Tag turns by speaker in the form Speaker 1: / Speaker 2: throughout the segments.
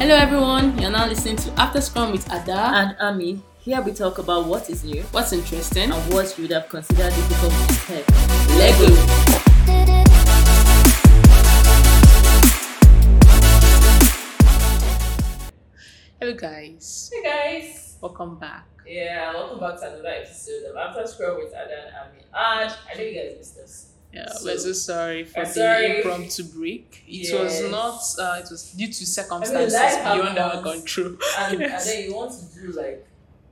Speaker 1: Hello everyone, you're now listening to After Scrum with Ada.
Speaker 2: and Ami. Here we talk about what is new
Speaker 1: What's interesting?
Speaker 2: and what you would have considered difficult to step. Lego.
Speaker 1: Hello guys,
Speaker 3: Hey guys!
Speaker 1: welcome back.
Speaker 3: Yeah, welcome back to another episode of After Scroll with Ada and Ami. And I know you guys missed us.
Speaker 1: Yeah,
Speaker 3: So-
Speaker 1: we're so sorry for
Speaker 3: I'm
Speaker 1: the
Speaker 3: sorry.
Speaker 1: impromptu break. It
Speaker 3: Yes.
Speaker 1: was not. Uh, it was due to circumstances beyond our
Speaker 3: happens.
Speaker 1: control.
Speaker 3: And,
Speaker 1: Yes.
Speaker 3: and then you want to do like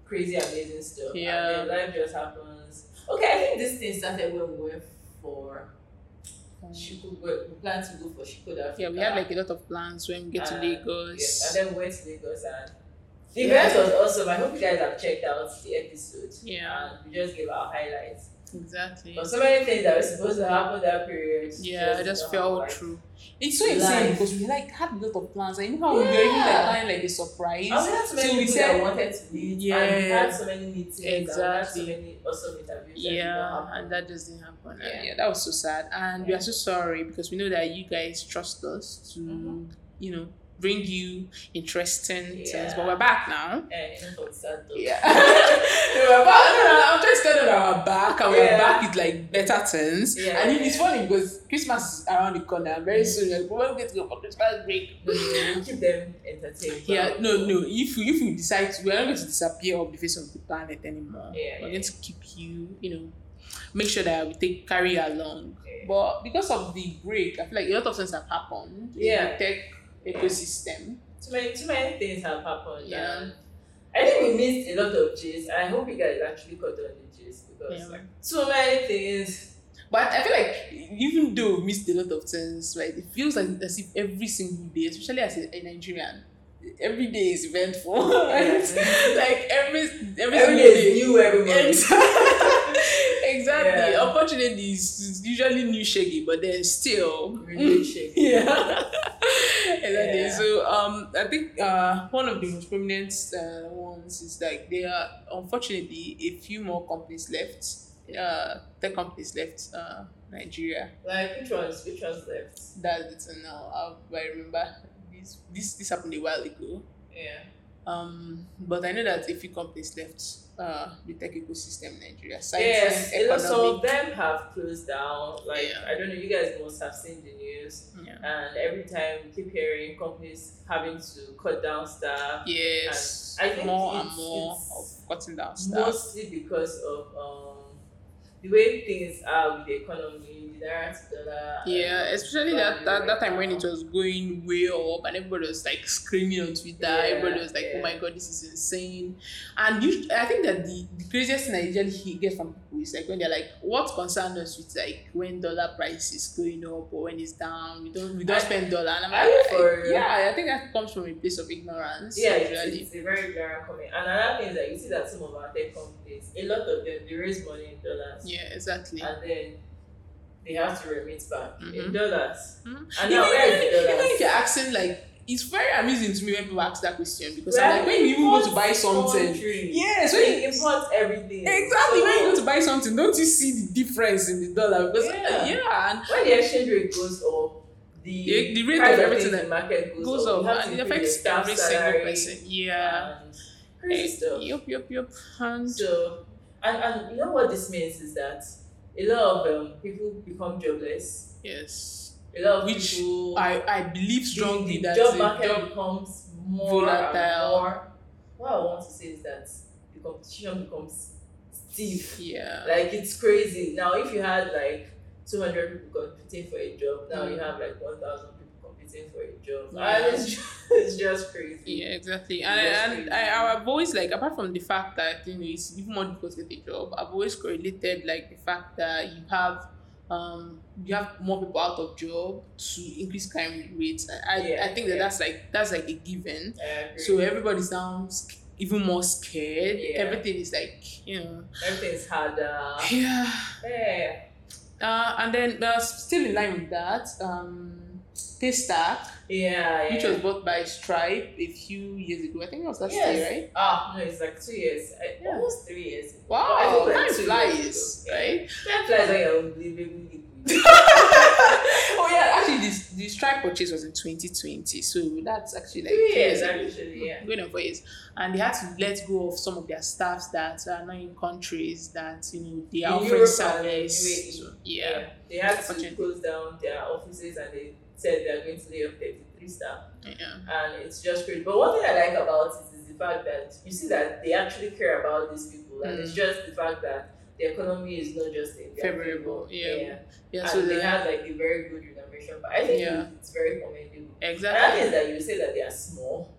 Speaker 3: crazy amazing stuff.
Speaker 1: Yeah.
Speaker 3: And then life just happens. Okay, I think this thing started when we went for Shikoku. We planned to go for Shikoku Africa.
Speaker 1: Yeah, we had like a lot of plans when we get to
Speaker 3: And, Yes,
Speaker 1: Lagos.
Speaker 3: and then we went to Lagos and the
Speaker 1: Yeah.
Speaker 3: event was awesome. I hope you guys have checked out the episode.
Speaker 1: Yeah.
Speaker 3: And we just gave our highlights.
Speaker 1: exactly.
Speaker 3: But so many things that were supposed to happen that period.
Speaker 1: Yeah, I just
Speaker 3: did not
Speaker 1: fell
Speaker 3: happen.
Speaker 1: through. It's so
Speaker 3: Life.
Speaker 1: insane because we like had a lot of plans. I know how we were even like
Speaker 3: Yeah.
Speaker 1: planning like a surprise.
Speaker 3: I had so many
Speaker 1: So we
Speaker 3: people
Speaker 1: said-
Speaker 3: that wanted to meet. And we
Speaker 1: Yeah.
Speaker 3: had so many meetings. and we had so
Speaker 1: Exactly.
Speaker 3: many awesome interviews.
Speaker 1: yeah
Speaker 3: And
Speaker 1: and that just didn't happen yeah,
Speaker 3: Yeah.
Speaker 1: yeah that was so sad and we
Speaker 3: Yeah.
Speaker 1: are so sorry because we know that you guys trust us to
Speaker 3: Mhm.
Speaker 1: you know bring you interesting things but
Speaker 3: Yeah.
Speaker 1: we're back now
Speaker 3: yeah, eh, you know what's sad though.
Speaker 1: yeah we're back No, no, i'm just telling that we're back and we're
Speaker 3: Yeah.
Speaker 1: back with like better things
Speaker 3: Yeah.
Speaker 1: and it's funny because christmas is around the corner very soon like, when we get to go for christmas break
Speaker 3: No, no, no, keep them entertained.
Speaker 1: yeah, no, no. If you, if you decide to, we're not going to disappear off the face of the planet anymore.
Speaker 3: Yeah,
Speaker 1: we're
Speaker 3: yeah.
Speaker 1: going to keep you, you know, make sure that we take carry you along.
Speaker 3: Yeah.
Speaker 1: But because of the break, I feel like a lot of things have happened. in
Speaker 3: Yeah.
Speaker 1: the tech ecosystem.
Speaker 3: Too many, too many things have happened.
Speaker 1: Yeah.
Speaker 3: And I think we missed a lot of J's. and I hope you guys actually caught on the J's because
Speaker 1: Yeah.
Speaker 3: like, so many things.
Speaker 1: But I feel like even though we missed a lot of things, right? It feels like as if every single day, especially as a, a Nigerian, every day is eventful. right?
Speaker 3: Yeah.
Speaker 1: like every every,
Speaker 3: Every
Speaker 1: single
Speaker 3: day
Speaker 1: day.
Speaker 3: is new every morning.
Speaker 1: Ex- exactly.
Speaker 3: Yeah.
Speaker 1: Unfortunately, it's, it's usually new shaggy, but then still.
Speaker 3: Really shaky.
Speaker 1: Yeah. exactly.
Speaker 3: Yeah.
Speaker 1: So um, I think uh, one of the most prominent uh, ones is like there are unfortunately a few more companies left, uh, tech companies left uh, Nigeria.
Speaker 3: Like which ones? Which ones left?
Speaker 1: That's it now. I, I remember this this this happened a while ago.
Speaker 3: Yeah.
Speaker 1: Um, but I know that a few companies left uh, the tech ecosystem in Nigeria. Science,
Speaker 3: Yes, a
Speaker 1: economic-
Speaker 3: lot some of them have closed down. Like
Speaker 1: Yeah.
Speaker 3: I don't know, you guys must have seen the news,
Speaker 1: Yeah.
Speaker 3: and every time we keep hearing companies having to cut down staff,
Speaker 1: Yes.
Speaker 3: And I think
Speaker 1: more
Speaker 3: it's-
Speaker 1: and more
Speaker 3: it's
Speaker 1: of cutting down stuff.
Speaker 3: mostly because of um the way things are with the economy, the naira to dollar. and
Speaker 1: Yeah, especially that,
Speaker 3: value
Speaker 1: that that
Speaker 3: right
Speaker 1: time when
Speaker 3: now.
Speaker 1: it was going way up and everybody was like screaming on Twitter.
Speaker 3: Yeah,
Speaker 1: everybody was like, "Oh
Speaker 3: yeah.
Speaker 1: my god, this is insane!" And you, I think that the, the craziest thing I usually he- get from people is like when they're like, "What concern us with like when dollar price is going up or when it's down? We don't we don't
Speaker 3: I-
Speaker 1: spend dollar." And I'm
Speaker 3: I
Speaker 1: like,
Speaker 3: look for-
Speaker 1: "Yeah, I think that comes from a place of ignorance."
Speaker 3: Yeah, it's,
Speaker 1: usually.
Speaker 3: it's a very narrow comment. And another thing is that you see that some of our tech companies, a lot of them, they raise money in dollars.
Speaker 1: yeah, exactly.
Speaker 3: and then they have to remit back
Speaker 1: Mhm.
Speaker 3: in dollars.
Speaker 1: Mhm.
Speaker 3: And
Speaker 1: Even-
Speaker 3: now where
Speaker 1: even-
Speaker 3: is the
Speaker 1: even if
Speaker 3: dollars?
Speaker 1: you're asking like it's very amusing to me when people ask that question because
Speaker 3: Where
Speaker 1: I'm like when you even go to buy something
Speaker 3: Country.
Speaker 1: yes
Speaker 3: So
Speaker 1: when
Speaker 3: you
Speaker 1: you,
Speaker 3: import everything.
Speaker 1: exactly
Speaker 3: So
Speaker 1: when you go to buy something don't you see the difference in the dollar because uh, yeah,
Speaker 3: Oh. Yeah.
Speaker 1: and
Speaker 3: when the exchange rate goes up, the,
Speaker 1: The- the rate
Speaker 3: price
Speaker 1: of everything
Speaker 3: things in the market goes,
Speaker 1: goes
Speaker 3: up.
Speaker 1: up
Speaker 3: You have to
Speaker 1: and it
Speaker 3: increase your
Speaker 1: affects
Speaker 3: staff
Speaker 1: every single
Speaker 3: salary
Speaker 1: person yeah
Speaker 3: and crazy stuff.
Speaker 1: Yup, yup, yup. And
Speaker 3: So, and, and you know what this means is that a lot of um, people become jobless.
Speaker 1: yes,
Speaker 3: A lot of
Speaker 1: Which
Speaker 3: people
Speaker 1: I, I believe
Speaker 3: the-
Speaker 1: strongly
Speaker 3: the
Speaker 1: that
Speaker 3: job
Speaker 1: the
Speaker 3: market
Speaker 1: job-
Speaker 3: becomes more and
Speaker 1: volatile.
Speaker 3: more. What I want to say is that the competition becomes stiff.
Speaker 1: yeah,
Speaker 3: Like it's crazy now. If you had like two hundred people competing for a job, now you
Speaker 1: Mm.
Speaker 3: have like one thousand people competing for a job.
Speaker 1: Yeah.
Speaker 3: And it's just, it's just crazy.
Speaker 1: yeah, exactly. And,
Speaker 3: Yes,
Speaker 1: I, and
Speaker 3: please.
Speaker 1: I, I've always like apart from the fact that you know it's even more difficult to get a job, I've always correlated like the fact that you have. Um, you have more people out of job to increase crime rates. I, I-
Speaker 3: Yeah,
Speaker 1: I think that
Speaker 3: yeah.
Speaker 1: that's like that's like a given.
Speaker 3: I agree.
Speaker 1: So everybody sounds even more scared.
Speaker 3: Yeah. Uh-huh.
Speaker 1: Everything is like, you know.
Speaker 3: everything's harder.
Speaker 1: Yeah.
Speaker 3: yeah.
Speaker 1: Uh, and then uh, still in line with that, um, Taystack,
Speaker 3: Yeah, yeah.
Speaker 1: which was bought by Stripe a few years ago. I think it was last
Speaker 3: Yes.
Speaker 1: year, right?
Speaker 3: Ah, no, it's like two years. I,
Speaker 1: Yeah.
Speaker 3: Almost three years. ago. I
Speaker 1: Wow,
Speaker 3: think like
Speaker 1: time
Speaker 3: two
Speaker 1: flies,
Speaker 3: years ago.
Speaker 1: right?
Speaker 3: Time flies when you're unbelievably
Speaker 1: oh yeah, actually this the strike purchase was in 2020, so that's actually like
Speaker 3: Three
Speaker 1: three
Speaker 3: years,
Speaker 1: ago.
Speaker 3: actually, yeah.
Speaker 1: going on for years, and they had to let go of some of their staffs that are not in countries that you know they are
Speaker 3: In
Speaker 1: offering
Speaker 3: Europe and in
Speaker 1: salaries.
Speaker 3: UAE.
Speaker 1: Yeah,
Speaker 3: They had to
Speaker 1: Unfortunately.
Speaker 3: close down their offices and they said they are going to lay off 33 staff.
Speaker 1: yeah,
Speaker 3: and it's just great. But one thing I like about it is the fact that you see that they actually care about these people, and it's
Speaker 1: Mm.
Speaker 3: just the fact that the economy is not just in their
Speaker 1: Favorable,
Speaker 3: favor.
Speaker 1: yeah. yeah.
Speaker 3: And
Speaker 1: So
Speaker 3: they
Speaker 1: they
Speaker 3: have like a very good remuneration, but I think
Speaker 1: Yeah.
Speaker 3: it's very commendable. Another
Speaker 1: exactly.
Speaker 3: thing is that you say that they are small.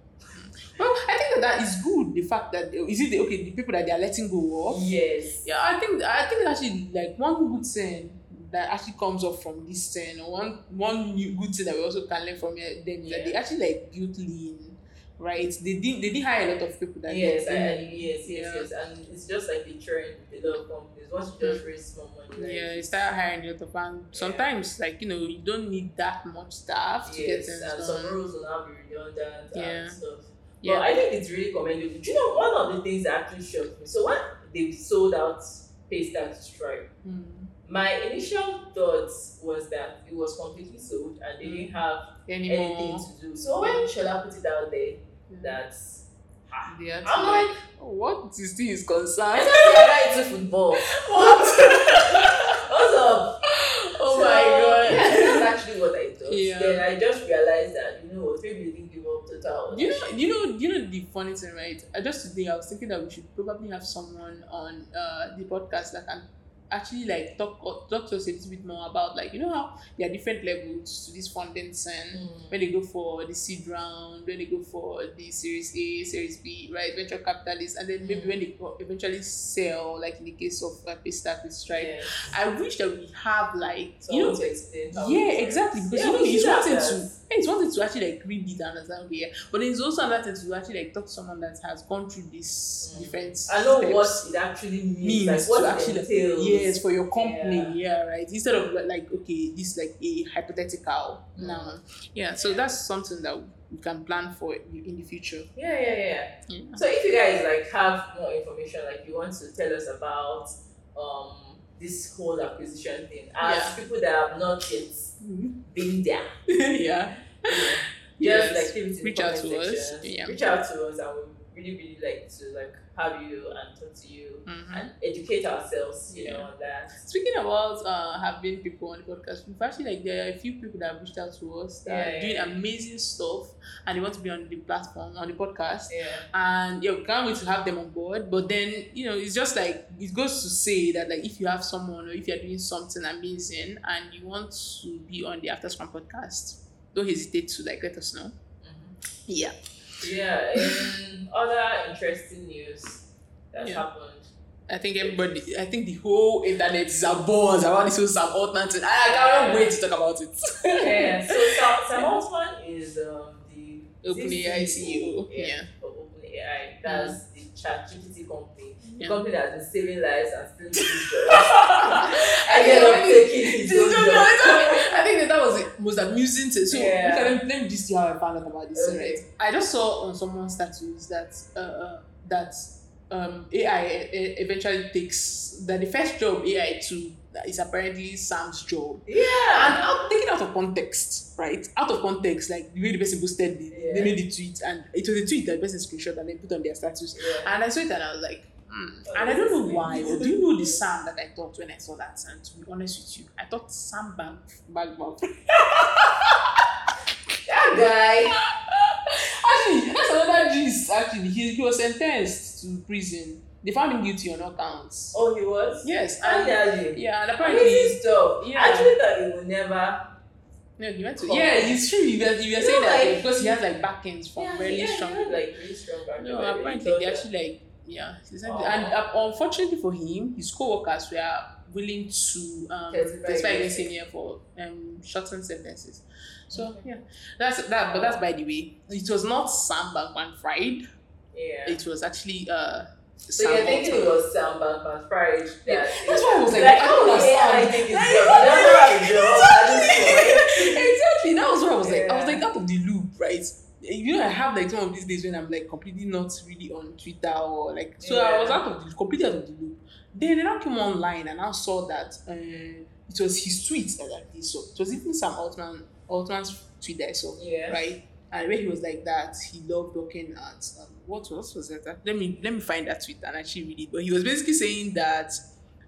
Speaker 1: Well, I think that, that is good. The fact that is it the, okay the people that they are letting go of.
Speaker 3: Yes.
Speaker 1: Yeah, I think I think actually like one good thing that actually comes up from this thing, or one one new good thing that we also can learn from it- them is that they
Speaker 3: Yeah.
Speaker 1: actually like built lean, right? They didn't they didn't hire a lot of people that
Speaker 3: Yes, I,
Speaker 1: they-
Speaker 3: I- yes, yes,
Speaker 1: Yeah.
Speaker 3: yes, and it's just like the trend with a lot of companies. Once you just raise more money, like,
Speaker 1: Mm. Yeah, you start hiring a lot of and sometimes like you know you don't need that much staff to get
Speaker 3: yes,
Speaker 1: things
Speaker 3: and
Speaker 1: done.
Speaker 3: some rules will now be redundant
Speaker 1: Yeah.
Speaker 3: and stuff.
Speaker 1: Yeah.
Speaker 3: But I think it's really commendable. Do you know one of the things that actually shocked me? So when they sold out Paystack Stripe,
Speaker 1: Mm.
Speaker 3: my initial thoughts was that it was completely sold and they
Speaker 1: Mm.
Speaker 3: didn't have anything
Speaker 1: Anymore.
Speaker 3: to do. So when Shola put it out there
Speaker 1: Yeah.
Speaker 3: that
Speaker 1: They are
Speaker 3: I'm
Speaker 1: like,
Speaker 3: like,
Speaker 1: Oh, what is this concern?
Speaker 3: I'm into football. What? What's up?
Speaker 1: Oh
Speaker 3: So,
Speaker 1: my God.
Speaker 3: Yeah, that's actually what I thought.
Speaker 1: Yeah.
Speaker 3: Then I just realized that you know what, maybe they didn't give up total.
Speaker 1: You know, you know, you know the funny thing, right? I just today I was thinking that we should probably have someone on uh the podcast that can actually like talk talk to us a little bit more about like you know how there are different levels to this funding and
Speaker 3: Mm.
Speaker 1: when they go for the seed round, when they go for the series A, series B, right? Venture capitalists, and then
Speaker 3: Mm.
Speaker 1: maybe when they go- eventually sell, like in the case of uh, Paystack with Stripe.
Speaker 3: Yeah.
Speaker 1: I wish that we have like
Speaker 3: So
Speaker 1: you
Speaker 3: I
Speaker 1: know
Speaker 3: want to explain. how
Speaker 1: yeah,
Speaker 3: it works.
Speaker 1: exactly. Because
Speaker 3: Yeah,
Speaker 1: you know,
Speaker 3: we
Speaker 1: he's
Speaker 3: should have
Speaker 1: wanted
Speaker 3: that.
Speaker 1: to, yeah, he's wanted to actually like read it and understand. Okay, yeah. But there's also another thing to actually like talk to someone that has gone through these
Speaker 3: Mm.
Speaker 1: different.
Speaker 3: I know what
Speaker 1: steps,
Speaker 3: it actually means,
Speaker 1: means
Speaker 3: like what
Speaker 1: to
Speaker 3: it
Speaker 1: actually
Speaker 3: entails.
Speaker 1: yes for your company.
Speaker 3: Yeah.
Speaker 1: Yeah. right. Instead of like okay, this like a hypothetical
Speaker 3: Mm.
Speaker 1: now. Yeah, so that's something that we can plan for in the future.
Speaker 3: Yeah, yeah, yeah.
Speaker 1: Yeah.
Speaker 3: So if you guys like have more information, like you want to tell us about um this whole acquisition thing, as
Speaker 1: Yeah.
Speaker 3: people that have not yet been there,
Speaker 1: yeah.
Speaker 3: just
Speaker 1: Yes.
Speaker 3: like leave it in
Speaker 1: Reach
Speaker 3: the
Speaker 1: out
Speaker 3: comment
Speaker 1: to us.
Speaker 3: section.
Speaker 1: Yeah.
Speaker 3: Reach out to us, and we really, really like to like have you and talk to you
Speaker 1: Mhm.
Speaker 3: and educate ourselves, you
Speaker 1: Yeah.
Speaker 3: know, on that.
Speaker 1: Speaking about uh, having people on the podcast, we've actually like there are a few people that have reached out to us that
Speaker 3: Yeah,
Speaker 1: are doing
Speaker 3: yeah.
Speaker 1: amazing stuff and they want to be on the platform on the podcast.
Speaker 3: Yeah.
Speaker 1: And yeah, we can't wait to have them on board. But then you know, it's just like it goes to say that like if you have someone or if you're doing something amazing and you want to be on the After Scrum podcast, don't hesitate to like let us know.
Speaker 3: Mm-hmm.
Speaker 1: Yeah.
Speaker 3: Yeah, and other interesting news that
Speaker 1: Yeah.
Speaker 3: happened.
Speaker 1: I think everybody, I think the whole internet is a buzz around this whole Sam Altman thing. I, I can't wait to talk about it.
Speaker 3: yeah, so Sam, Sam Altman is um, the
Speaker 1: OpenAI CEO.
Speaker 3: Yeah,
Speaker 1: Yeah.
Speaker 3: of OpenAI. That's the ChatGPT company. The
Speaker 1: Yeah.
Speaker 3: company that has been saving lives and still doing jobs.
Speaker 1: I
Speaker 3: and
Speaker 1: think
Speaker 3: then I'm
Speaker 1: that-
Speaker 3: taking his
Speaker 1: No,
Speaker 3: own
Speaker 1: no, no,
Speaker 3: job.
Speaker 1: it's okay. I think that that was the most amusing thing. So
Speaker 3: Yeah.
Speaker 1: look at them, let me just see how I found out about this,
Speaker 3: Okay.
Speaker 1: right? I just saw on someone's status that uh, uh, that um, AI e- eventually takes that the first job AI to is apparently Sam's job. And
Speaker 3: Yeah.
Speaker 1: out, taken out of context, right? Out of context, like the way the person posted it,
Speaker 3: Yeah.
Speaker 1: they made the tweet, and it was a tweet that the person screenshot and they put on their status.
Speaker 3: yeah.
Speaker 1: And I saw it and I was like, hmm.
Speaker 3: Oh,
Speaker 1: and I don't know
Speaker 3: this is
Speaker 1: why.
Speaker 3: weird.
Speaker 1: Or do you know the Sam that I thought when I saw that? And to be honest with you, I thought Sam Bank Bagbag.
Speaker 3: That guy.
Speaker 1: Actually, that's another gist. Actually, he, he was sentenced to prison. They found him guilty on all counts.
Speaker 3: Oh, he was?
Speaker 1: Yes,
Speaker 3: And
Speaker 1: and
Speaker 3: yeah.
Speaker 1: yeah, and apparently,
Speaker 3: Amazing stuff.
Speaker 1: Yeah.
Speaker 3: I actually thought he would never.
Speaker 1: no, he went to.
Speaker 3: Come
Speaker 1: Yeah,
Speaker 3: on.
Speaker 1: it's true. You were, you were
Speaker 3: No,
Speaker 1: saying that
Speaker 3: like-
Speaker 1: because he has like backings from
Speaker 3: yeah,
Speaker 1: very
Speaker 3: yeah, he
Speaker 1: strong.
Speaker 3: had, like really strong Oh. background.
Speaker 1: No,
Speaker 3: I really
Speaker 1: apparently
Speaker 3: thought
Speaker 1: they
Speaker 3: that-
Speaker 1: actually like yeah. he said-
Speaker 3: Aw.
Speaker 1: And uh, unfortunately for him, his co-workers were willing to um,
Speaker 3: Testify
Speaker 1: testify against
Speaker 3: against
Speaker 1: him here for um, shortened sentences. So
Speaker 3: Okay.
Speaker 1: yeah, that's that. But that's by the way, it was not Sam Bankman Fried.
Speaker 3: Yeah.
Speaker 1: It was actually uh.
Speaker 3: So
Speaker 1: Sam
Speaker 3: you're thinking it
Speaker 1: Altman.
Speaker 3: was Sam Bankman Fried.
Speaker 1: Yeah,
Speaker 3: that-
Speaker 1: that's why I was like,
Speaker 3: like
Speaker 1: I don't
Speaker 3: oh, yeah, I
Speaker 1: understand.
Speaker 3: think it's
Speaker 1: Like,
Speaker 3: good. That's not a job. I just
Speaker 1: exactly. That was what I was like. I was
Speaker 3: Yeah.
Speaker 1: like out of the loop, right? You know, I have like some of these days when I'm like completely not really on Twitter or like. So I was
Speaker 3: Yeah.
Speaker 1: out of the completely out of the loop. Then I now came online and I saw that uh, it was his tweet that I saw. It was even Sam Altman Altman's tweet that I saw,
Speaker 3: Yeah.
Speaker 1: right? And when he was like that, he loved working at um, what what was that? Let me let me find that tweet and actually read it. But he was basically saying that.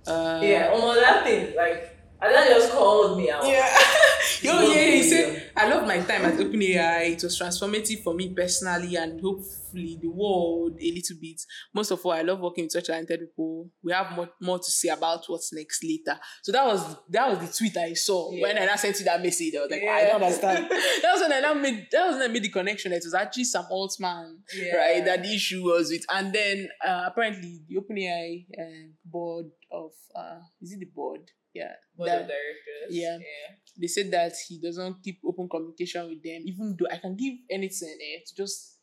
Speaker 1: Uh,
Speaker 3: yeah, on that thing, like, Ada just called me out.
Speaker 1: Yeah. Yo, yeah, he
Speaker 3: Yeah.
Speaker 1: said, I love my time at OpenAI. It was transformative for me personally and hopefully the world a little bit. Most of all, I love working with such talented people. We have more, more to say about what's next later. So that was that was the tweet I saw
Speaker 3: Yeah.
Speaker 1: when I now sent you that message. I was like,
Speaker 3: Yeah.
Speaker 1: I don't understand. that was when I now made that was when I made the connection. that It was actually Sam Altman
Speaker 3: Yeah.
Speaker 1: right? That the issue was with, and then uh, apparently the OpenAI uh, board of uh, is it the board? Yeah,
Speaker 3: Board
Speaker 1: that-
Speaker 3: of directors.
Speaker 1: Yeah.
Speaker 3: yeah.
Speaker 1: they said that he doesn't keep open communication with them, even though I can give anything. Eh, it's just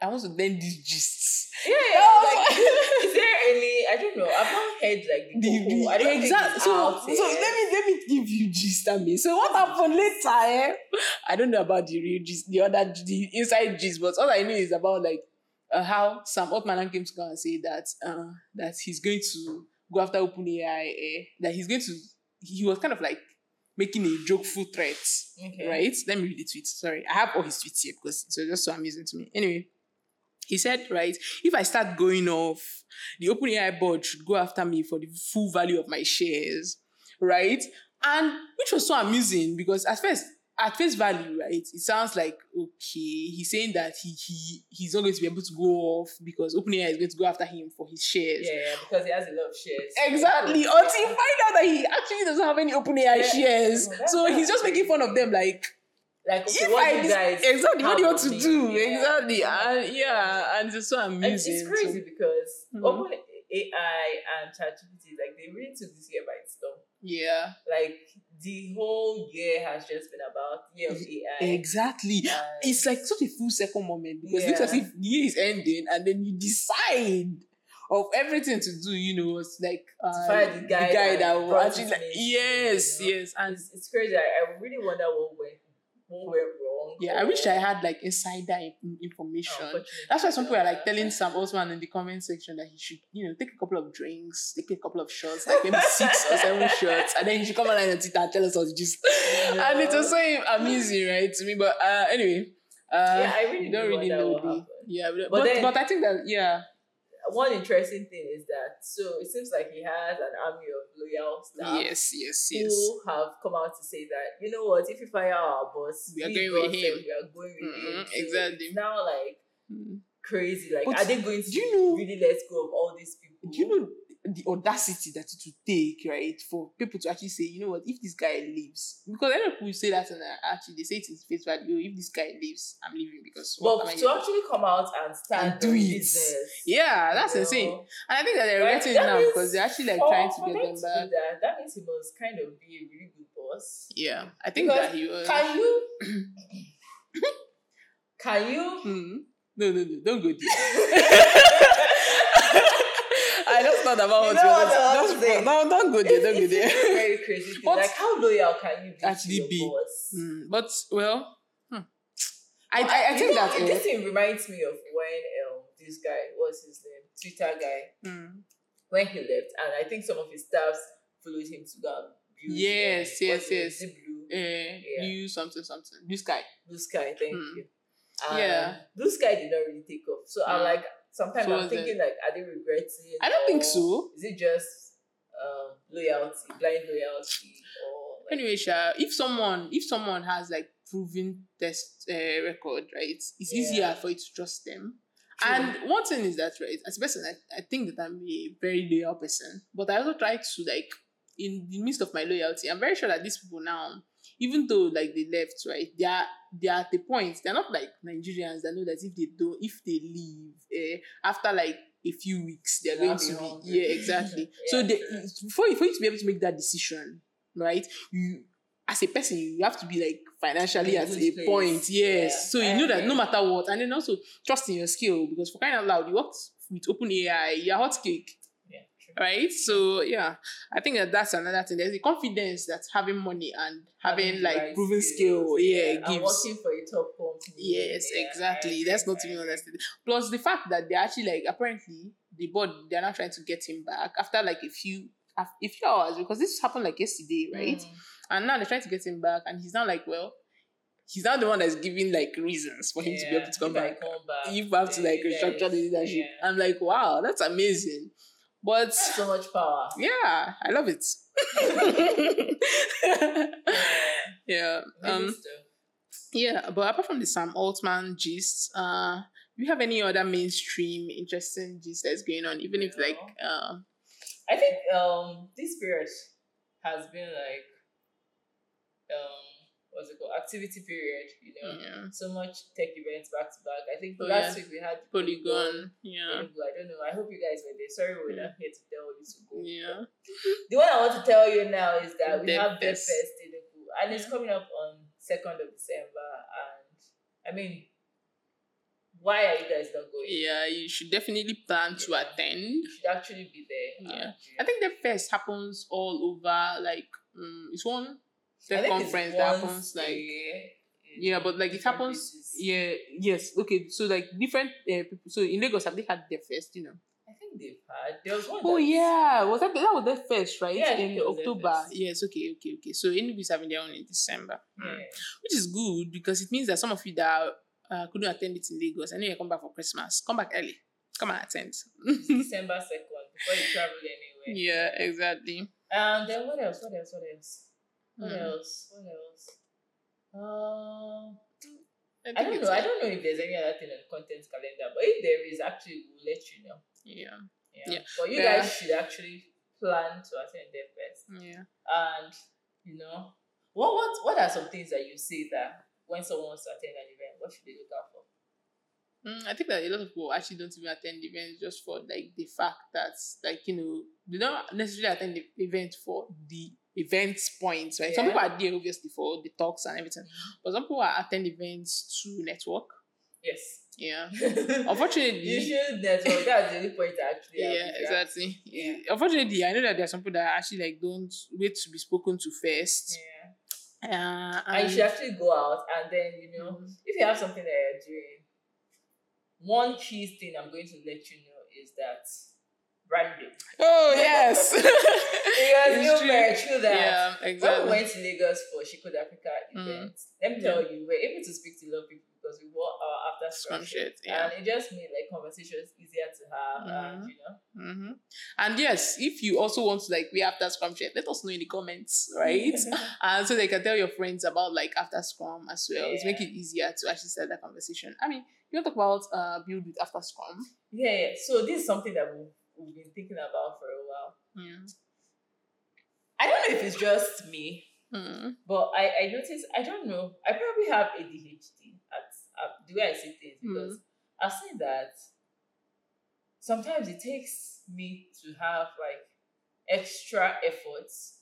Speaker 1: I want to learn these gists.
Speaker 3: Yeah, like, is there any? I don't know. I've not heard like the,
Speaker 1: The- the-
Speaker 3: oh, I don't
Speaker 1: exact-
Speaker 3: Think it's
Speaker 1: so,
Speaker 3: out eh.
Speaker 1: so
Speaker 3: yet.
Speaker 1: let me let me give you gist I mean. So what happened later? Eh? I don't know about the real gist, the other the inside gist, but all I know is about like uh, how Sam Altman came to go and say that uh, that he's going to go after OpenAI, eh? that he's going to he was kind of like making a jokeful threat
Speaker 3: Okay.
Speaker 1: right? Let me read the tweet. Sorry, I have all his tweets here because it was just so amusing to me. Anyway, he said, right, if I start going off, the OpenAI board should go after me for the full value of my shares, right? And which was so amusing because at first, at face value, right, it sounds like okay, he's saying that he he he's not going to be able to go off because OpenAI is going to go after him for his shares.
Speaker 3: Yeah, yeah, because he has a lot of shares.
Speaker 1: Exactly.
Speaker 3: Yeah.
Speaker 1: Until you find out that he actually doesn't have any open AI
Speaker 3: Yeah.
Speaker 1: shares.
Speaker 3: Well, that's-
Speaker 1: so he's
Speaker 3: that's
Speaker 1: just making fun of them like
Speaker 3: Like, okay,
Speaker 1: if
Speaker 3: what
Speaker 1: I
Speaker 3: do you
Speaker 1: dis-
Speaker 3: guys?
Speaker 1: exactly what do you
Speaker 3: have
Speaker 1: want to
Speaker 3: on me?
Speaker 1: do
Speaker 3: Yeah.
Speaker 1: exactly and yeah and it's so
Speaker 3: And it's
Speaker 1: amusing
Speaker 3: crazy
Speaker 1: So-
Speaker 3: because
Speaker 1: Mhm.
Speaker 3: open AI and ChatGPT, like they really took this year by storm.
Speaker 1: yeah
Speaker 3: Like the whole year has just been about year of AI.
Speaker 1: exactly
Speaker 3: and-
Speaker 1: E-, it's like such a full circle moment because it looks
Speaker 3: Yeah.
Speaker 1: as if the year is ending and then you decide of everything to do you know it's like uh,
Speaker 3: find the guy that
Speaker 1: will
Speaker 3: brought
Speaker 1: actually
Speaker 3: it
Speaker 1: like,
Speaker 3: to me,
Speaker 1: yes
Speaker 3: you know?
Speaker 1: yes and
Speaker 3: it's, it's crazy. I, I really wonder what went what went wrong.
Speaker 1: yeah I wish I had like insider in- information That's why some people are like telling Sam Osman in the comment section that he should, you know, take a couple of drinks, take a couple of shots, like maybe six or seven shots, and then he should come online on Twitter and tell us all the gist. And it's also amusing, right, to me. But uh, anyway, uh,
Speaker 3: Yeah, I really
Speaker 1: we don't
Speaker 3: do
Speaker 1: really
Speaker 3: wonder
Speaker 1: know.
Speaker 3: what
Speaker 1: the-
Speaker 3: happened.
Speaker 1: yeah, we don't-
Speaker 3: But
Speaker 1: but
Speaker 3: then-
Speaker 1: but I think that yeah,
Speaker 3: One interesting thing is that so it seems like he has an army of loyal staff
Speaker 1: yes, yes,
Speaker 3: who
Speaker 1: yes.
Speaker 3: have come out to say that you know what if you fire our boss
Speaker 1: We are
Speaker 3: we
Speaker 1: going with
Speaker 3: boss
Speaker 1: him.
Speaker 3: and we are going with him
Speaker 1: Mhm,
Speaker 3: So it's
Speaker 1: exactly.
Speaker 3: now like
Speaker 1: Mm.
Speaker 3: crazy like
Speaker 1: But
Speaker 3: are they going to
Speaker 1: do you know-
Speaker 3: really let go of all these people
Speaker 1: Do you know the audacity that it would take, right, for people to actually say, you know what, if this guy leaves, because a lot of people say that and uh, actually they say it is face value. If this guy leaves, I'm leaving because what am I
Speaker 3: but
Speaker 1: here
Speaker 3: to actually come out and stand
Speaker 1: And do
Speaker 3: on
Speaker 1: it.
Speaker 3: business
Speaker 1: Yeah,
Speaker 3: you
Speaker 1: that's
Speaker 3: know?
Speaker 1: insane. And I think that they're
Speaker 3: Right,
Speaker 1: regretting
Speaker 3: that
Speaker 1: it now
Speaker 3: is
Speaker 1: because they're actually like
Speaker 3: For-
Speaker 1: trying to
Speaker 3: for
Speaker 1: get
Speaker 3: them
Speaker 1: them back.
Speaker 3: do that, that means he must kind of be a really good boss
Speaker 1: Yeah, I think
Speaker 3: Because
Speaker 1: that he was.
Speaker 3: can you can you
Speaker 1: Hmm. No, no, no, don't go there. I just thought about
Speaker 3: You
Speaker 1: what
Speaker 3: know
Speaker 1: you
Speaker 3: what
Speaker 1: were
Speaker 3: I
Speaker 1: saying.
Speaker 3: was
Speaker 1: Just-
Speaker 3: saying?
Speaker 1: No, don't go there, don't go
Speaker 3: It's- it's a
Speaker 1: there.
Speaker 3: very crazy thing.
Speaker 1: But-
Speaker 3: like how loyal can you be
Speaker 1: Actually
Speaker 3: to your
Speaker 1: be.
Speaker 3: boss
Speaker 1: Hmm, But, well, hmm. I, I, I
Speaker 3: You
Speaker 1: think
Speaker 3: know,
Speaker 1: that.
Speaker 3: this
Speaker 1: eh,
Speaker 3: thing reminds me of when um this guy what's his name Twitter guy
Speaker 1: hmm.
Speaker 3: when he left and I think some of his staffs followed him to go and build
Speaker 1: Yes,
Speaker 3: um,
Speaker 1: yes,
Speaker 3: what's it,
Speaker 1: yes.
Speaker 3: Deep blue
Speaker 1: Eh,
Speaker 3: Yeah.
Speaker 1: you something, something. This guy.
Speaker 3: blue sky thank
Speaker 1: Mm.
Speaker 3: you and um,
Speaker 1: Yeah.
Speaker 3: blue sky did not really take off so I'm
Speaker 1: Mm.
Speaker 3: like sometimes
Speaker 1: So
Speaker 3: I'm
Speaker 1: was it-
Speaker 3: thinking like are they regretting
Speaker 1: I don't think
Speaker 3: or-
Speaker 1: so.
Speaker 3: Is it just um, loyalty, blind loyalty, or like,
Speaker 1: Anyway, Sha, if someone if someone has like proven test uh, record, right, it's, it's
Speaker 3: Yeah.
Speaker 1: easier for you to trust them.
Speaker 3: True.
Speaker 1: And one thing is that, right, as a person, I, I think that I'm a very loyal person, but I also try to like in the midst of my loyalty, I'm very sure that these people now, even though like they left, right, they are they are at the point they're not like Nigerians that know that if they don't if they leave eh, after like a few weeks they're
Speaker 3: They'll
Speaker 1: going
Speaker 3: be
Speaker 1: to be
Speaker 3: hungry.
Speaker 1: yeah exactly so
Speaker 3: Yeah,
Speaker 1: they,
Speaker 3: true.
Speaker 1: for you for you to be able to make that decision right you as a person you have to be like financially
Speaker 3: In a
Speaker 1: at
Speaker 3: good
Speaker 1: a
Speaker 3: place.
Speaker 1: point yes
Speaker 3: Yeah,
Speaker 1: so
Speaker 3: I
Speaker 1: you know that
Speaker 3: agree.
Speaker 1: no matter what and then also trust in your skill because for crying out loud you worked with open AI you're hot cake
Speaker 3: yeah, true.
Speaker 1: right? So yeah, I think that that's another thing. There's the confidence that having money and having
Speaker 3: the
Speaker 1: like
Speaker 3: right
Speaker 1: proven
Speaker 3: skills,
Speaker 1: skill, yeah,
Speaker 3: and
Speaker 1: gives.
Speaker 3: working for a top company.
Speaker 1: Yes,
Speaker 3: yeah,
Speaker 1: exactly.
Speaker 3: I
Speaker 1: That's
Speaker 3: agree,
Speaker 1: not even
Speaker 3: I agree.
Speaker 1: understood. Plus the fact that they actually like apparently the board they're not trying to get him back after like a few af- a few hours because this happened like yesterday, right?
Speaker 3: Mm.
Speaker 1: And now they're trying to get him back, and he's now like, well, he's not the one that's giving like reasons for him to be able to come back. You have to like restructure the leadership.
Speaker 3: Yeah.
Speaker 1: I'm like, wow, that's amazing. But
Speaker 3: That's so much power.
Speaker 1: yeah, I love it. yeah. Um,
Speaker 3: Amazing stuff.
Speaker 1: Yeah, but apart from the Sam Altman gist, uh, do you have any other mainstream interesting gist that's going on? Even if
Speaker 3: No.
Speaker 1: like, uh,
Speaker 3: I think um this period has been like um what's it called activity period. You know,
Speaker 1: yeah,
Speaker 3: so much tech events back to back. I think
Speaker 1: Mm-hmm. Oh, yeah.
Speaker 3: last week we had
Speaker 1: Polygon, yeah, Mm.
Speaker 3: Polygon. I don't know. I hope you guys were there. Sorry, we we're
Speaker 1: Yeah.
Speaker 3: not here to tell you to go.
Speaker 1: yeah,
Speaker 3: The one I want to tell you now is that we
Speaker 1: Dead
Speaker 3: have Dead
Speaker 1: Fest.
Speaker 3: Fest in Enugu, and it's
Speaker 1: Yeah.
Speaker 3: coming up on second of December. And I mean, why are you guys not going?
Speaker 1: yeah. You should definitely plan to
Speaker 3: Yeah.
Speaker 1: attend.
Speaker 3: You should actually be there.
Speaker 1: Yeah.
Speaker 3: and,
Speaker 1: I think the fest happens all over. Like, um, it's one
Speaker 3: I
Speaker 1: the
Speaker 3: think it's
Speaker 1: conference that
Speaker 3: once
Speaker 1: happens
Speaker 3: a
Speaker 1: like.
Speaker 3: year in
Speaker 1: Yeah, but, like, it
Speaker 3: different
Speaker 1: happens-
Speaker 3: places.
Speaker 1: Yeah. Yes. Okay. So like different uh, people. So in Lagos, have they had their fest? You know.
Speaker 3: I think they've had. There was one.
Speaker 1: Oh
Speaker 3: that-
Speaker 1: yeah, was that that was their fest, right?
Speaker 3: Yeah, I think
Speaker 1: in
Speaker 3: it was their
Speaker 1: October.
Speaker 3: fest.
Speaker 1: Yes. Okay. Okay. Okay. So anybody's having their own in December.
Speaker 3: Yeah.
Speaker 1: which is good because it means that some of you that uh, couldn't attend it in Lagos, I know you come back for Christmas. Come back early. Come and attend.
Speaker 3: It's December second before you travel anywhere.
Speaker 1: yeah, exactly.
Speaker 3: Um. Then what else? What else? What else? What
Speaker 1: Mm.
Speaker 3: else? What else? Um.
Speaker 1: I,
Speaker 3: I don't know. I don't know if there's any other thing on the content calendar, but if there is, actually, we'll let you know.
Speaker 1: Yeah,
Speaker 3: Yeah.
Speaker 1: Yeah.
Speaker 3: But you
Speaker 1: Yeah.
Speaker 3: guys should actually plan to attend their first,
Speaker 1: yeah.
Speaker 3: and you know, what what what are some things that you see that when someone wants to attend an event, what should they look out for?
Speaker 1: Mm, I think that a lot of people actually don't even attend events just for like the fact that like you know they don't necessarily attend the event for the events points, right? Some
Speaker 3: Yeah.
Speaker 1: people are there obviously for the talks and everything, but some people are attend events to network.
Speaker 3: Yes.
Speaker 1: Yeah,
Speaker 3: you
Speaker 1: unfortunately,
Speaker 3: should network. That's the only point I actually. have
Speaker 1: yeah,
Speaker 3: with that.
Speaker 1: exactly.
Speaker 3: Yeah.
Speaker 1: Unfortunately, I know that there are some people that actually like don't wait to be spoken to first.
Speaker 3: Yeah.
Speaker 1: Uh,
Speaker 3: And you should actually go out and then, you know,
Speaker 1: Mhm.
Speaker 3: if you have something that you're doing, one key thing I'm going to let you know is that branding.
Speaker 1: oh yes,
Speaker 3: Because
Speaker 1: It's
Speaker 3: you
Speaker 1: true.
Speaker 3: were true that
Speaker 1: yeah,
Speaker 3: when we
Speaker 1: exactly.
Speaker 3: went to Lagos for Shikoda Africa
Speaker 1: Mm.
Speaker 3: event, let me tell you, we were able to speak to a lot of people because we wore our after
Speaker 1: Scrum
Speaker 3: scrum shirts.
Speaker 1: shirts, yeah. Mm-hmm.
Speaker 3: And it just made like conversations easier to have and you know.
Speaker 1: hmm And yes, if you also want to like be after Scrum share, let us know in the comments, right? and so they can tell your friends about like after Scrum as well. It's make
Speaker 3: Yeah.
Speaker 1: it easier to actually start that conversation. I mean, you want to talk about uh build with after Scrum?
Speaker 3: yeah, yeah. So this is something that we've, we've been thinking about for a while.
Speaker 1: Yeah.
Speaker 3: I don't know if it's just me,
Speaker 1: Mm.
Speaker 3: But I, I noticed, I don't know, I probably have ADHD at, at the way I see things
Speaker 1: Hmm.
Speaker 3: because I've seen that sometimes it takes me to have like extra efforts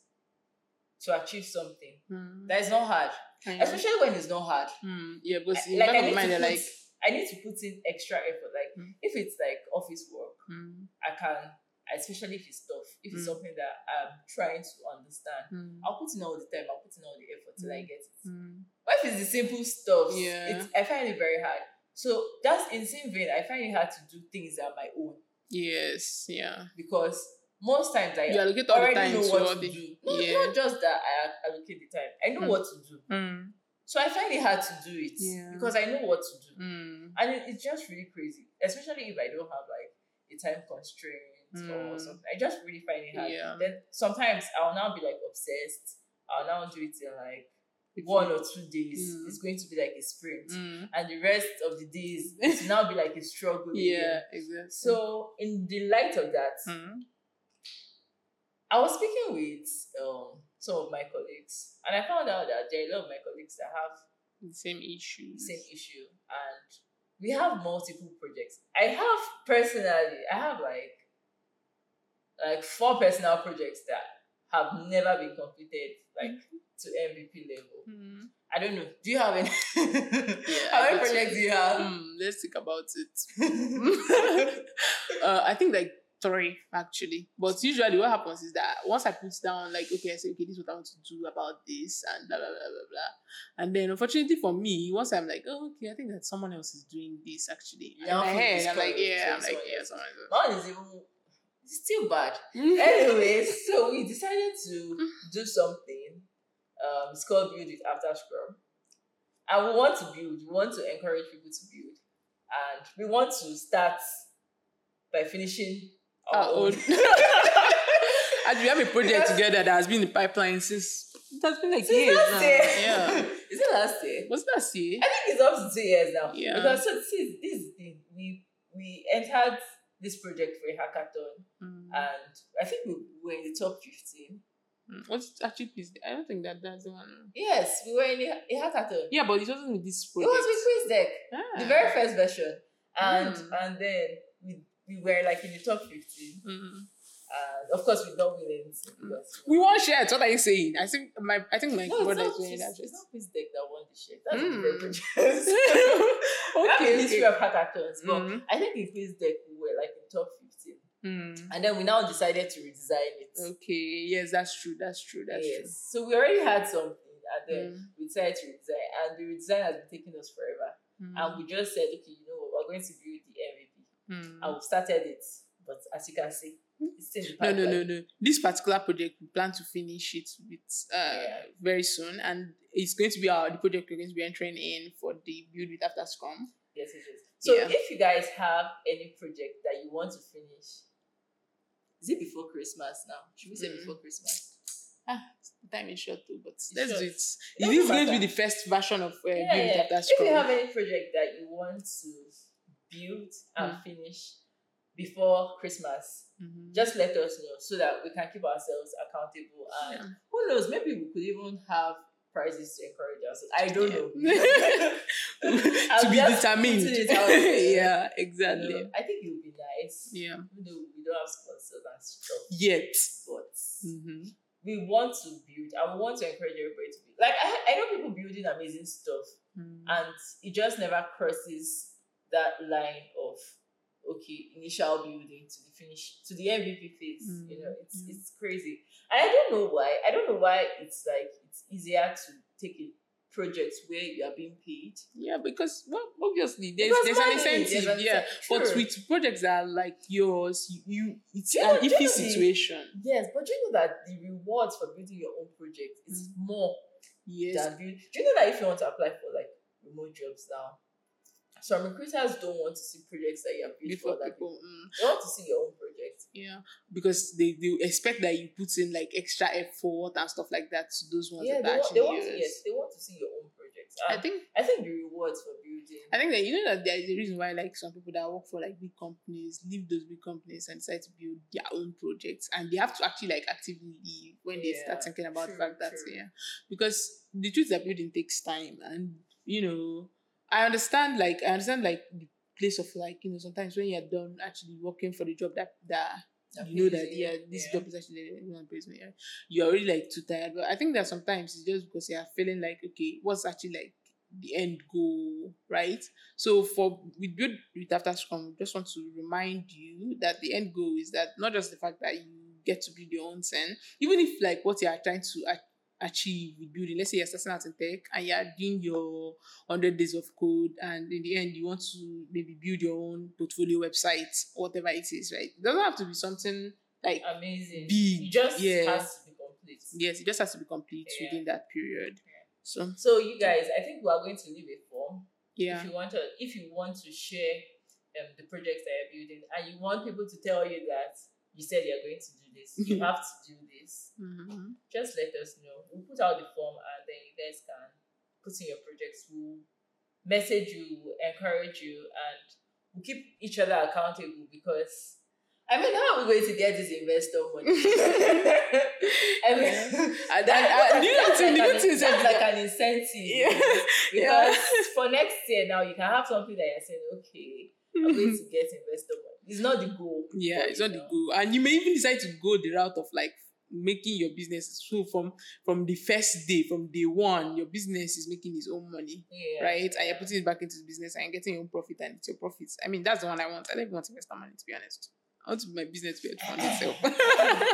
Speaker 3: to achieve something
Speaker 1: Mm.
Speaker 3: that is not hard,
Speaker 1: Yeah.
Speaker 3: especially when it's not hard.
Speaker 1: Mm. Mm-hmm. yeah, because
Speaker 3: I-
Speaker 1: in the back
Speaker 3: I
Speaker 1: of
Speaker 3: need
Speaker 1: mind,
Speaker 3: to
Speaker 1: they're
Speaker 3: put-
Speaker 1: like,
Speaker 3: I need to put in extra effort. Like
Speaker 1: Mm.
Speaker 3: if it's like office work,
Speaker 1: mm,
Speaker 3: I can, especially if it's tough, if it's
Speaker 1: Mm.
Speaker 3: something that I'm trying to understand,
Speaker 1: mm,
Speaker 3: I'll put in all the time, I'll put in all the effort till I
Speaker 1: Mm.
Speaker 3: get it.
Speaker 1: mm.
Speaker 3: What if it's the simple stuff?
Speaker 1: Yeah.
Speaker 3: It's, I find it very hard. So that's in same vein. I find it hard to do things that are my own
Speaker 1: Yes, yeah.
Speaker 3: because most times I
Speaker 1: You allocate all the
Speaker 3: already
Speaker 1: time
Speaker 3: know
Speaker 1: to all
Speaker 3: what to
Speaker 1: the.
Speaker 3: do. No,
Speaker 1: Yeah.
Speaker 3: Not just that I al- allocate the time. I know
Speaker 1: Mm.
Speaker 3: what to do.
Speaker 1: Mm,
Speaker 3: So I find it hard to do it
Speaker 1: Yeah.
Speaker 3: because I know what to do.
Speaker 1: mm,
Speaker 3: And it, it's just really crazy, especially if I don't have like a time constraint or
Speaker 1: Mm.
Speaker 3: something. I just really find it hard.
Speaker 1: Yeah.
Speaker 3: Then sometimes I'll now be like obsessed. I'll now do it in like one or two days.
Speaker 1: Mm.
Speaker 3: It's going to be like a sprint
Speaker 1: Mm,
Speaker 3: and the rest of the days it will now be like a struggle.
Speaker 1: yeah,
Speaker 3: again.
Speaker 1: exactly.
Speaker 3: So in the light of that,
Speaker 1: Mm,
Speaker 3: I was speaking with um some of my colleagues, and I found out that there are a lot of my colleagues that have
Speaker 1: the same
Speaker 3: the
Speaker 1: issues.
Speaker 3: same issue, and we have multiple projects. I have personally, I have like like four personal projects that have never been completed, like
Speaker 1: Mm-hmm.
Speaker 3: to MVP level.
Speaker 1: Mm,
Speaker 3: I don't know. Do you have any? How
Speaker 1: I
Speaker 3: many
Speaker 1: got you.
Speaker 3: projects do you have?
Speaker 1: mm, let's think about it. uh, I think like three actually, but usually what happens is that once I put down like okay, I say okay, this is what I want to do about this and blah blah blah blah blah, and then unfortunately for me, once I'm like oh, okay, I think that someone else is doing this actually. In
Speaker 3: Yeah,
Speaker 1: my
Speaker 3: I think
Speaker 1: head,
Speaker 3: it's
Speaker 1: I'm like
Speaker 3: correct.
Speaker 1: yeah,
Speaker 3: So
Speaker 1: I'm like
Speaker 3: someone
Speaker 1: yeah,
Speaker 3: else
Speaker 1: someone else.
Speaker 3: Mine is even it's still bad.
Speaker 1: Mm.
Speaker 3: Anyway, so we decided to do something. Um, it's called Build It After Scrum. And we want to build, we want to encourage people to build. And we want to start by finishing our,
Speaker 1: Our own.
Speaker 3: own.
Speaker 1: And we have a project together that has been in the pipeline since it has been like
Speaker 3: Since
Speaker 1: years now.
Speaker 3: last year.
Speaker 1: Yeah.
Speaker 3: Is it last year?
Speaker 1: Was that year?
Speaker 3: I think it's up to two years now.
Speaker 1: Yeah.
Speaker 3: Because so see, this is the thing. We we entered this project for a hackathon
Speaker 1: Mm.
Speaker 3: and I think we were in the top fifteen.
Speaker 1: Hmm. What's actually please? I don't think that that's the one.
Speaker 3: Yes, we were in a, a hackathon.
Speaker 1: Yeah, but it wasn't with this
Speaker 3: It
Speaker 1: project.
Speaker 3: was with Quiz Deck, the very first version. And
Speaker 1: Hmm.
Speaker 3: and then we we were like in the top fifteen.
Speaker 1: Mm.
Speaker 3: And of course we don't win anything because
Speaker 1: We won't share. it. What are you saying? I think my I think my
Speaker 3: no, it's
Speaker 1: brother
Speaker 3: not,
Speaker 1: is wearing
Speaker 3: it's,
Speaker 1: that
Speaker 3: it's
Speaker 1: dress.
Speaker 3: not Quiz Deck that won the shit. That's
Speaker 1: Hmm.
Speaker 3: a different project. We have a
Speaker 1: okay.
Speaker 3: history
Speaker 1: okay.
Speaker 3: of hackathons, but
Speaker 1: Mhm.
Speaker 3: I think in Quiz Deck we were like in top fifteen.
Speaker 1: Mm.
Speaker 3: and then we now decided to redesign it.
Speaker 1: Okay. Yes, that's true. That's true. That's
Speaker 3: yes. So we already had something, and
Speaker 1: true.
Speaker 3: then we decided to redesign, and the redesign has been taking us forever.
Speaker 1: Mm.
Speaker 3: And we just said, okay, you know what, we're going to build the MVP,
Speaker 1: Mm.
Speaker 3: and we've started it. But as you can see, it's still in the
Speaker 1: Hmm? No, no,
Speaker 3: pipeline.
Speaker 1: no, no. This particular project, we plan to finish it with uh,
Speaker 3: Yeah.
Speaker 1: very soon, and it's going to be our the project we're going to be entering in for the build with after Scrum.
Speaker 3: Yes, it is. So
Speaker 1: Yeah.
Speaker 3: if you guys have any project that you want to finish, is it before Christmas now? Should we say
Speaker 1: Mm.
Speaker 3: before Christmas?
Speaker 1: Time is short too, but let's
Speaker 3: short.
Speaker 1: do it. This
Speaker 3: It doesn't
Speaker 1: is going to be
Speaker 3: matter.
Speaker 1: the first version of uh,
Speaker 3: yeah,
Speaker 1: build with
Speaker 3: yeah.
Speaker 1: after
Speaker 3: If
Speaker 1: Scrum.
Speaker 3: you have any project that you want to build and
Speaker 1: Mm.
Speaker 3: finish before Christmas,
Speaker 1: Mhm.
Speaker 3: just let us know so that we can keep ourselves accountable and
Speaker 1: Yeah.
Speaker 3: who knows maybe we could even have prizes to encourage ourselves i don't know
Speaker 1: to be determined.
Speaker 3: yeah
Speaker 1: yeah, exactly.
Speaker 3: i think it would be nice
Speaker 1: Yeah.
Speaker 3: even though we don't have sponsors and stuff
Speaker 1: Yet.
Speaker 3: but
Speaker 1: Mm-hmm.
Speaker 3: we want to build and we want to encourage everybody to build like i, I know people building amazing stuff and it just never crosses that line of okay initial building to the finish to the MVP phase.
Speaker 1: Mm,
Speaker 3: You know, it's
Speaker 1: mm.
Speaker 3: it's crazy. And I don't know why. I don't know why it's like it's easier to take a project where you are being paid.
Speaker 1: Yeah, because well, obviously there's
Speaker 3: Because
Speaker 1: there's
Speaker 3: money,
Speaker 1: an incentive.
Speaker 3: there's an
Speaker 1: yeah,
Speaker 3: incentive,
Speaker 1: but
Speaker 3: sure.
Speaker 1: with projects that are like yours, you, you it's
Speaker 3: You
Speaker 1: an
Speaker 3: know,
Speaker 1: iffy
Speaker 3: generally-
Speaker 1: situation.
Speaker 3: Yes, but you know that the rewards for building your own project is more
Speaker 1: Mm. Yes.
Speaker 3: than build. Do you know that if you want to apply for like remote jobs now, some recruiters don't want to see projects that you are building for
Speaker 1: Before
Speaker 3: other people.
Speaker 1: people, mm,
Speaker 3: They want to see your own project.
Speaker 1: yeah, because they, they expect that you put in like extra effort and stuff like that to those ones
Speaker 3: yeah,
Speaker 1: that are actually
Speaker 3: they want, they want to,
Speaker 1: yours.
Speaker 3: yes, they want to see your own project.
Speaker 1: I
Speaker 3: And
Speaker 1: think
Speaker 3: I think the rewards for building.
Speaker 1: I think that you know that there is a reason why like some people that work for like big companies leave those big companies and decide to build their own projects and they have to actually like actively leave when they
Speaker 3: Yeah,
Speaker 1: start thinking about the
Speaker 3: true,
Speaker 1: fact that
Speaker 3: true.
Speaker 1: yeah because the truth is that building takes time and you know I understand like I understand like the place of like you know sometimes when you're done actually working for the job that that you know that
Speaker 3: Amazing.
Speaker 1: yeah this job is actually not pays me yeah. you're already like too tired but i think that sometimes it's just because you're feeling like okay what's actually like the end goal right so for we build with after scrum we just want to remind you that the end goal is that not just the fact that you get to build your own thing even if like what you are trying to a- achieve with building let's say you're starting out in tech and you're doing your 100 days of code and in the end you want to maybe build your own portfolio website whatever it is right it doesn't have to be something like
Speaker 3: Amazing.
Speaker 1: Big,
Speaker 3: It just
Speaker 1: yeah.
Speaker 3: has to be complete.
Speaker 1: yes it just has to be complete
Speaker 3: Yeah.
Speaker 1: within that period so
Speaker 3: So you guys, I think we are going to leave a form.
Speaker 1: yeah
Speaker 3: If you want to, if you want to share um, the projects that you're building, and you want people to tell you that you said you're going to do this, you have to do this.
Speaker 1: Mhm.
Speaker 3: Just let us know. We'll put out the form, and then you guys can put in your projects. We'll message you, we'll encourage you, and we'll keep each other accountable because. I mean, how are we going to get this investor money? I mean,
Speaker 1: and, and, and you know uh, the
Speaker 3: that's
Speaker 1: thing- the
Speaker 3: like
Speaker 1: good
Speaker 3: an-
Speaker 1: thing is
Speaker 3: that's
Speaker 1: that-
Speaker 3: like an incentive.
Speaker 1: Yeah.
Speaker 3: Because
Speaker 1: Yeah.
Speaker 3: for next year now, you can have something that you're saying, okay, I'm going to get investor money. It's not the goal.
Speaker 1: yeah
Speaker 3: but,
Speaker 1: it's
Speaker 3: you
Speaker 1: not the
Speaker 3: know,
Speaker 1: goal and you may even decide to go the route of like making your business so from from the first day from day one your business is making its own money
Speaker 3: Yeah.
Speaker 1: right and you're putting it back into the business and you're getting your own profit and it's your profits i mean that's the one i want i don't even want investor money to be honest i want my business to be on itself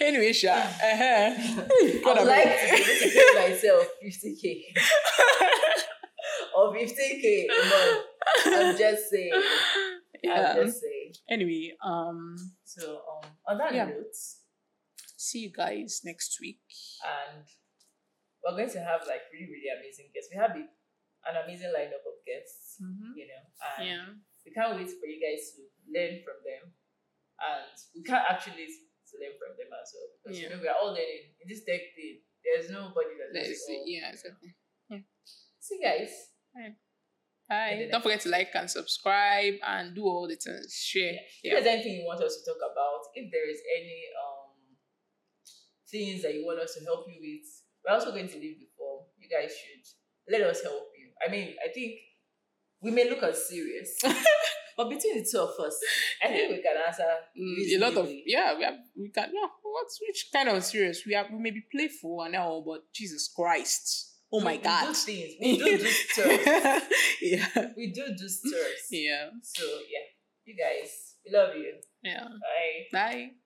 Speaker 1: anyway sha uh-huh. God,
Speaker 3: I
Speaker 1: I'm-
Speaker 3: would like to be able to give myself 50k or 15k a month. I'm just saying. I'm
Speaker 1: yeah.
Speaker 3: just saying.
Speaker 1: anyway um
Speaker 3: So um, on that
Speaker 1: Yeah.
Speaker 3: note,
Speaker 1: see you guys next week
Speaker 3: and we're going to have like really, really amazing guests. We have a, an amazing lineup of guests,
Speaker 1: Mm-hmm.
Speaker 3: you know, and
Speaker 1: Yeah.
Speaker 3: we can't wait for you guys to learn from them. And we can't actually s- to learn from them as well. Because you
Speaker 1: Yeah.
Speaker 3: know, we are all learning. In this tech thing, there's nobody that
Speaker 1: That
Speaker 3: knows
Speaker 1: is
Speaker 3: it all.
Speaker 1: yeah, exactly.
Speaker 3: See guys. And
Speaker 1: Hi.
Speaker 3: then
Speaker 1: Don't forget to like and subscribe and do all the things. Share.
Speaker 3: If
Speaker 1: Yeah.
Speaker 3: there's anything you want us to talk about, if there is any um things that you want us to help you with, we're also going to leave the form. You guys should let us help you. I mean, I think we may look as serious, but between the two of us, I think we can answer
Speaker 1: Mm, a lot of
Speaker 3: reasonably.
Speaker 1: yeah, we have we can yeah, what's which kind of serious? We have we may be playful and all, but Jesus Christ. Oh my
Speaker 3: we, We
Speaker 1: god.
Speaker 3: do things. We do do stuff.
Speaker 1: yeah.
Speaker 3: we do do stuff.
Speaker 1: Yeah.
Speaker 3: So yeah, you guys, we love you.
Speaker 1: Yeah.
Speaker 3: Bye.
Speaker 1: Bye.